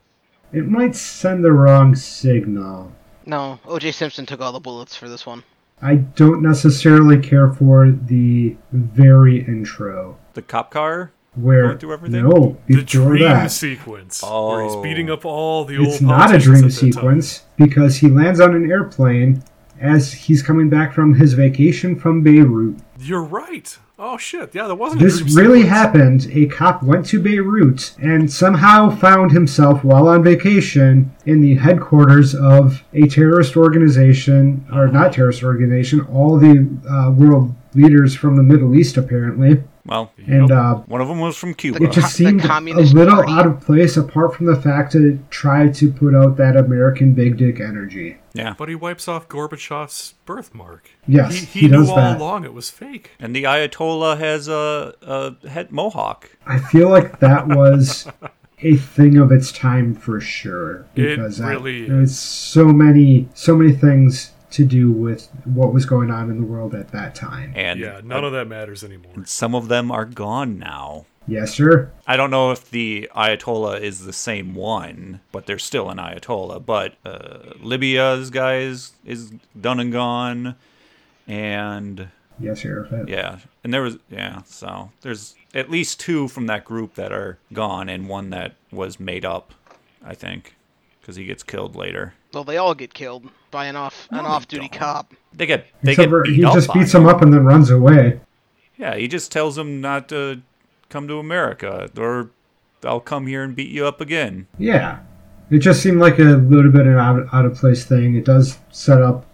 C: It might send the wrong signal.
E: No, O.J. Simpson took all the bullets for this one.
C: I don't necessarily care for the very intro
B: The cop car?
C: where
B: Going through everything?
C: no before
D: The dream
C: that
D: sequence where
B: Oh.
D: he's beating up all the old.
C: it's not a
D: politicians
C: dream
D: at that time.
C: sequence because he lands on an airplane as he's coming back from his vacation from Beirut.
D: You're right. Oh shit! Yeah, that wasn't.
C: This
D: a dream
C: really
D: sequence.
C: happened. A cop went to Beirut and somehow found himself while on vacation in the headquarters of a terrorist organization, or not terrorist organization, all the uh, world leaders from the Middle East apparently.
B: Well,
C: And uh,
B: one of them was from Cuba.
C: it just
E: the
C: seemed a
E: Communist
C: little
E: Party.
C: out of place apart from the fact that it tried to put out that American big dick energy.
B: yeah.
D: But he wipes off Gorbachev's birthmark.
C: Yes,
D: he, he,
C: he
D: knew
C: does
D: all
C: that.
D: along it was fake.
B: And the Ayatollah has a, a head mohawk.
C: I feel like that was a thing of its time for sure
D: It
C: because I-
D: really
C: there's so many so many things to do with what was going on in the world at that time.
B: And
D: Yeah, none of that matters anymore.
B: some of them are gone now.
C: Yes, sir.
B: I don't know if the Ayatollah is the same one, but there's still an Ayatollah. But uh, Libya's guy is, is done and gone. And
C: Yes, sir. But
B: yeah, and there was, yeah, so there's at least two from that group that are gone and one that was made up, I think, because he gets killed later.
E: Well, they all get killed by an off an
B: they
E: off-duty
B: don't.
E: cop.
B: They get they
C: Except
B: get
C: for
B: beat
C: he
B: up
C: just
B: on
C: beats him up and then runs away.
B: Yeah, he just tells him not to come to America, or I'll come here and beat you up again.
C: Yeah. It just seemed like a little bit an out, out of place thing. It does set up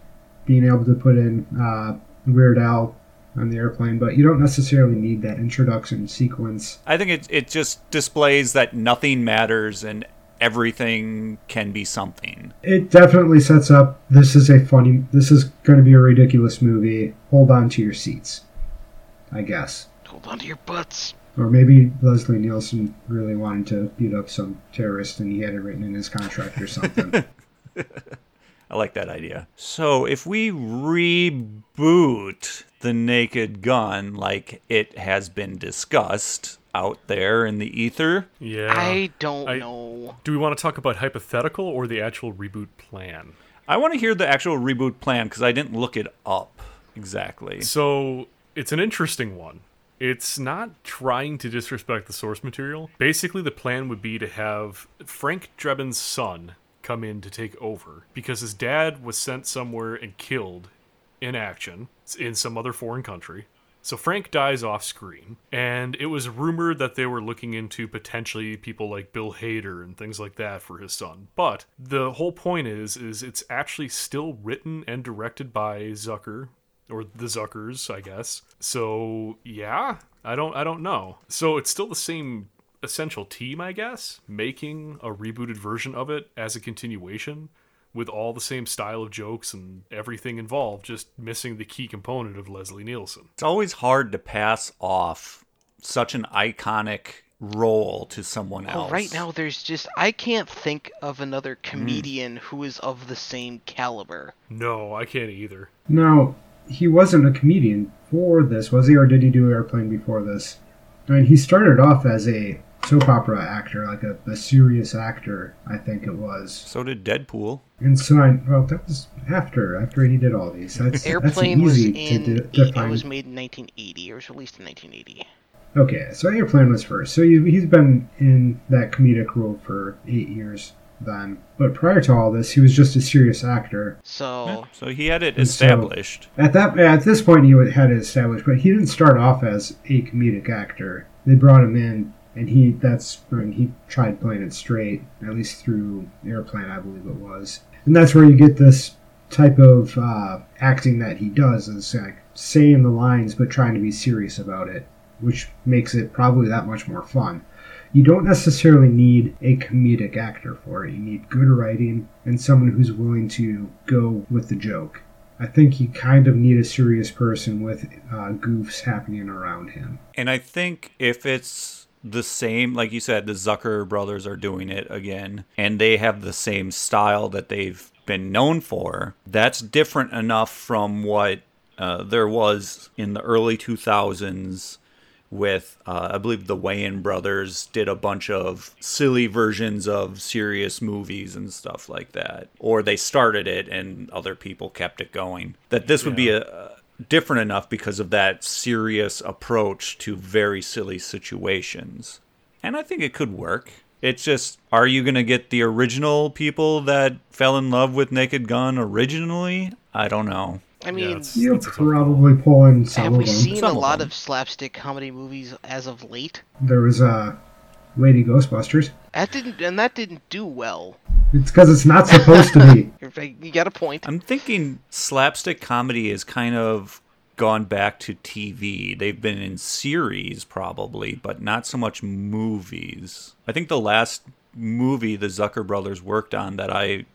C: being able to put in uh, Weird Al on the airplane, but you don't necessarily need that introduction sequence.
B: I think it it just displays that nothing matters and everything can be something.
C: It definitely sets up this is a funny, this is going to be a ridiculous movie. Hold on to your seats, I guess.
E: Hold on to your butts.
C: Or maybe Leslie Nielsen really wanted to beat up some terrorist and he had it written in his contract or something.
B: I like that idea. So if we reboot the Naked Gun like it has been discussed out there in the ether,
D: Yeah.
E: I don't
D: I-
E: know.
D: Do we want to talk about hypothetical or the actual reboot plan?
B: I want to hear the actual reboot plan because I didn't look it up exactly.
D: So it's an interesting one. It's not trying to disrespect the source material. Basically, the plan would be to have Frank Drebin's son come in to take over because his dad was sent somewhere and killed in action in some other foreign country. So Frank dies off screen, and it was rumored that they were looking into potentially people like Bill Hader and things like that for his son. But the whole point is, is it's actually still written and directed by Zucker, or the Zuckers, I guess. So yeah, I don't I don't know. So it's still the same essential team, I guess, making a rebooted version of it as a continuation with all the same style of jokes and everything involved, just missing the key component of Leslie Nielsen.
B: It's always hard to pass off such an iconic role to someone
E: Well,
B: else.
E: Oh,
B: Mm.
E: right now, there's just I can't think of another comedian who is of the same caliber.
D: No, I can't either.
C: now, he wasn't a comedian for this, was he? Or did he do Airplane before this? I mean, he started off as a soap opera actor, like a, a serious actor, I think it was.
B: So did Deadpool.
C: And so I, well, that was after, after he did all these. That's,
E: Airplane
C: that's
E: was
C: easy
E: in
C: to de-
E: it
C: define.
E: was made in 1980. It was released in 1980.
C: Okay, so Airplane was first. So you- he's been in that comedic role for eight years then. But prior to all this, he was just a serious actor.
E: So
B: So he had it
C: And so-
B: established.
C: At that at this point, he had it established, but he didn't start off as a comedic actor. They brought him in, and he that's I mean, he tried playing it straight, at least through Airplane, I believe it was. And that's where you get this type of uh, acting that he does is like saying the lines but trying to be serious about it, which makes it probably that much more fun. You don't necessarily need a comedic actor for it. You need good writing and someone who's willing to go with the joke. I think you kind of need a serious person with uh, goofs happening around him.
B: And I think if it's the same, like you said, the Zucker brothers are doing it again, and they have the same style that they've been known for, that's different enough from what uh, there was in the early 2000s with, uh, I believe, the Wayan brothers did a bunch of silly versions of serious movies and stuff like that. Or they started it and other people kept it going. That this would be a different enough because of that serious approach to very silly situations. And I think it could work. It's just, are you going to get the original people that fell in love with Naked Gun originally? I don't know.
E: I mean,
D: it's-
C: You'll
D: That's a tough one.
C: probably pull in some
E: have
C: of
E: we
C: them.
E: seen
B: Some
E: a
B: of
E: lot
B: them.
E: of slapstick comedy movies as of late?
C: there was uh, Lady Ghostbusters.
E: That didn't and that didn't do well.
C: It's because it's not supposed to
E: [laughs]
C: be.
E: You're right, You got a point.
B: I'm thinking slapstick comedy is kind of gone back to TV. They've been in series probably, but not so much movies. I think the last movie the Zucker brothers worked on that I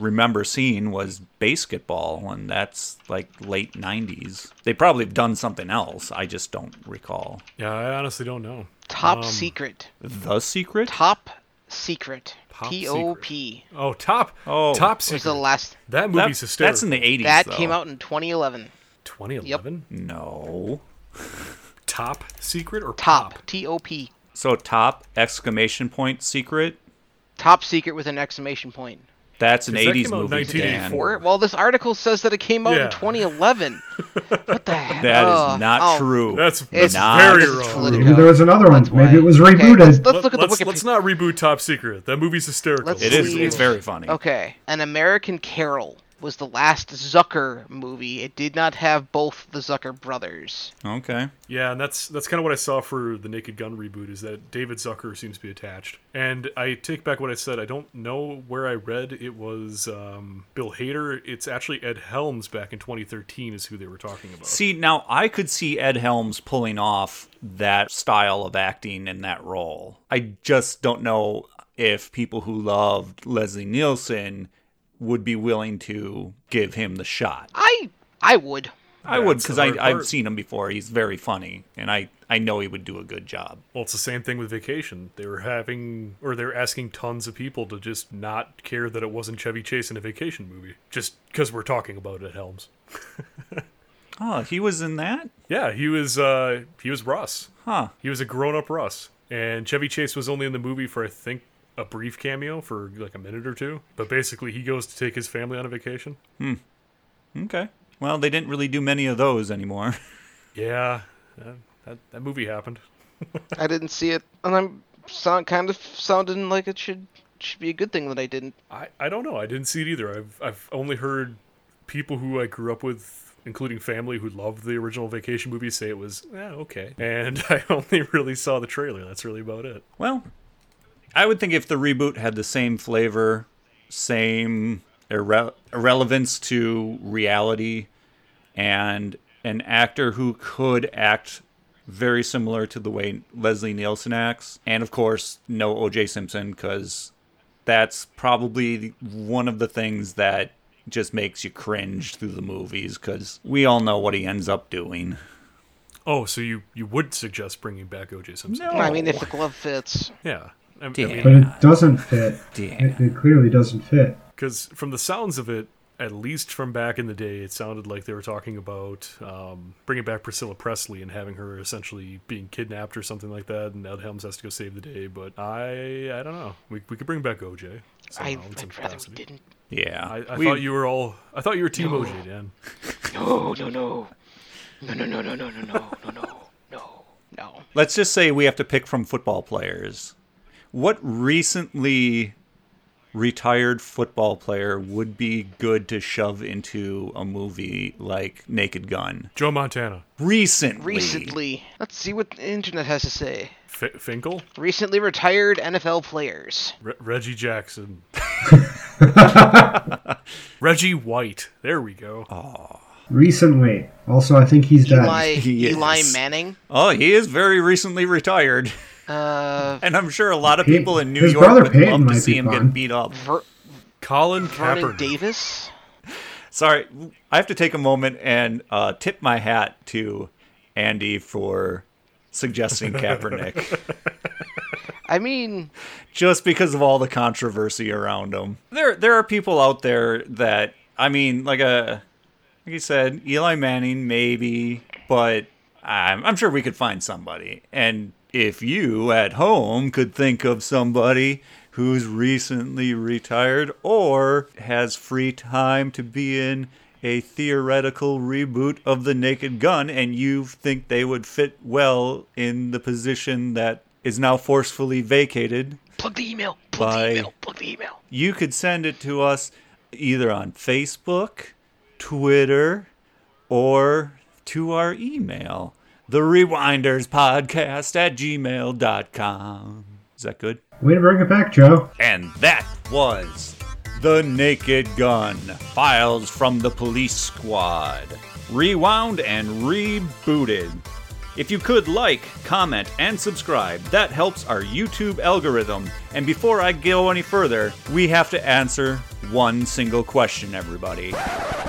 B: remember seeing was Basketball, and that's like late 90s. They probably have done something else. I just don't recall.
D: Yeah, I honestly don't know.
E: Top
D: Um,
E: secret.
B: The Secret?
E: Top secret.
D: Top
E: T O P
D: Oh, top.
B: Oh.
D: top
E: was
D: secret.
E: the last.
D: that
B: That-
D: movie's hysterical.
B: that's in the 80s.
E: That
B: though.
E: came out in 2011.
D: 2011.
B: No.
D: Top secret or
E: Top. T O P.
B: So top exclamation point secret.
E: Top secret with an exclamation point.
B: That's an
D: 'Cause that
B: 80s
D: came out in
B: movie. Dan.
D: 1984.
E: Or, well, this article says that it came out
D: Yeah.
E: in 2011. what the heck?
B: That is
E: Ugh,
B: not
E: oh.
B: true.
D: That's,
E: It's
D: that's
B: Nah,
D: very
B: this
E: is
D: wrong.
E: political.
C: Maybe there was another one.
E: That's why.
C: Maybe it was
E: Okay, let's,
C: rebooted.
E: let's look at the
D: let's,
E: Wikipedia.
D: let's not reboot Top Secret. That movie's hysterical.
E: Let's
B: It is.
E: see.
B: It's very funny.
E: Okay, An American Carol was the last Zucker movie. It did not have both the Zucker brothers.
B: Okay.
D: Yeah, and that's that's kind of what I saw for the Naked Gun reboot is that David Zucker seems to be attached. And I take back what I said. I don't know where I read it was um, Bill Hader. It's actually Ed Helms back in 2013 is who they were talking about.
B: See, now I could see Ed Helms pulling off that style of acting in that role. I just don't know if people who loved Leslie Nielsen would be willing to give him the shot.
E: I I would.
B: I would
D: That's
B: because
D: the
B: I
D: hard
B: I've
D: part.
B: seen him before. He's very funny, and I I know he would do a good job.
D: Well, it's the same thing with Vacation. They were having or they were asking tons of people to just not care that it wasn't Chevy Chase in a Vacation movie just cuz we're talking about Ed Helms.
B: Oh, he was in that?
D: Yeah, he was uh he was Russ.
B: Huh.
D: He was a grown-up Russ. And Chevy Chase was only in the movie for I think a brief cameo for like a minute or two, but basically he goes to take his family on a vacation.
B: Okay. Well, they didn't really do many of those anymore. [laughs]
D: Yeah, uh, that that movie happened.
E: I didn't see it, and I'm sound kind of sounding like it should should be a good thing that I didn't.
D: I, I don't know. I didn't see it either. I've I've only heard people who I grew up with, including family who loved the original Vacation movie, say it was eh, okay. And [laughs] I only really saw the trailer. That's really about it.
B: Well, I would think if the reboot had the same flavor, same irre- irrelevance to reality, and an actor who could act very similar to the way Leslie Nielsen acts, and of course, no O.J. Simpson, because that's probably one of the things that just makes you cringe through the movies, because we all know what he ends up doing.
D: Oh, so you you would suggest bringing back OJ Simpson?
E: I mean, if the glove fits,
D: Yeah. I, I
B: Damn.
C: But it doesn't
E: [laughs]
C: fit.
B: Damn.
C: It, it clearly doesn't fit.
D: because from the sounds of it, at least from back in the day, it sounded like they were talking about um, bringing back Priscilla Presley and having her essentially being kidnapped or something like that, and Ed Helms has to go save the day. But I, I don't know. We, we could bring back OJ. somehow
E: I,
D: in some
E: I'd rather we
D: capacity.
E: didn't. [gasps]
B: Yeah.
D: I, I
B: We-
D: thought you were all. I thought you were Team OJ, Dan.
E: No, no, no, no, no, no, no, no, no, no, no, no, no, no.
B: Let's just say we have to pick from football players. What recently retired football player would be good to shove into a movie like Naked Gun?
D: Joe Montana.
B: Recently.
E: Recently, let's see what the internet has to say.
D: F- Finkel.
E: Recently retired NFL players.
D: Re- Reggie Jackson. Reggie White. There we go.
C: Recently. Also, I think he's dead.
E: Eli, [laughs]
B: Yes.
E: Eli Manning.
B: Oh, he is very recently retired. [laughs]
E: Uh,
B: And I'm sure a lot of people in New
C: His
B: York
C: brother
B: would
C: Peyton
B: love to
C: might
B: see
C: be
B: him
C: fun.
B: get beat up.
E: Ver-
D: Colin
E: Vernon
D: Kaepernick.
E: Davis.
B: Sorry, I have to take a moment and uh, tip my hat to Andy for
C: [laughs]
B: suggesting Kaepernick,
E: I mean,
B: just because of all the controversy around him. There, there are people out there that I mean, like a, like you said, Eli Manning, maybe, but I'm, I'm sure we could find somebody. And if you at home could think of somebody who's recently retired or has free time to be in a theoretical reboot of The Naked Gun and you think they would fit well in the position that is now forcefully vacated,
E: plug the email. Plug
B: By-
E: the email. Plug the email.
B: you could send it to us either on Facebook, Twitter, or to our email, the Rewinders Podcast at gmail.com. Is that good?
C: Way to bring it back, Joe.
B: And that was The Naked Gun Files from the Police Squad. Rewound and rebooted. If you could like, comment, and subscribe, that helps our YouTube algorithm. And before I go any further, we have to answer one single question, everybody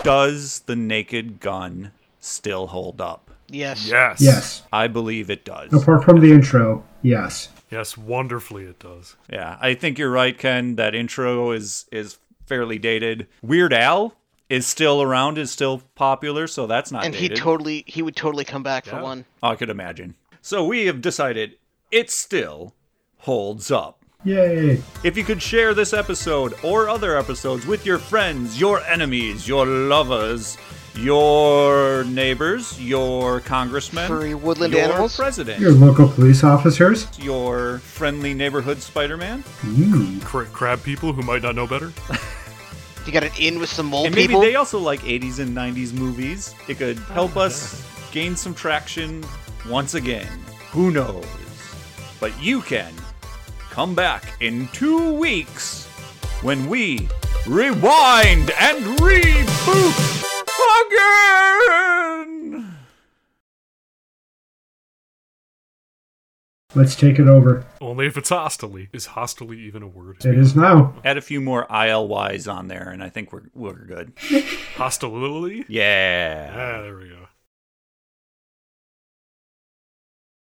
B: Does The Naked Gun still hold up?
E: Yes.
D: Yes.
C: Yes.
B: I believe it does.
C: Apart from the intro, yes.
D: Yes. Wonderfully, it does.
B: Yeah, I think you're right, Ken. That intro is is fairly dated. Weird Al is still around, is still popular, so that's not
E: And he
B: dated.
E: totally, he would totally come back for one.
B: I could imagine. So we have decided it still holds up.
C: Yay.
B: If you could share this episode or other episodes with your friends, your enemies, your lovers, your neighbors, your congressmen,
E: Furry woodland
B: your
E: animals?
B: president,
C: Your local police officers.
B: your friendly neighborhood Spider-Man.
C: Ooh.
D: Cra- crab people who might not know better.
E: You got an inn with some old
B: And maybe
E: people.
B: they also like 80s and 90s movies. It could help us gain some traction once again. Who knows? But you can come back in two weeks when we rewind and reboot again.
C: Let's take it over.
D: Only if it's hostily. Is hostily even a word?
C: It is now.
B: Add a few more ILYs on there, and I think we're, we're good.
D: Hostility?
B: Yeah.
D: Ah, there we go.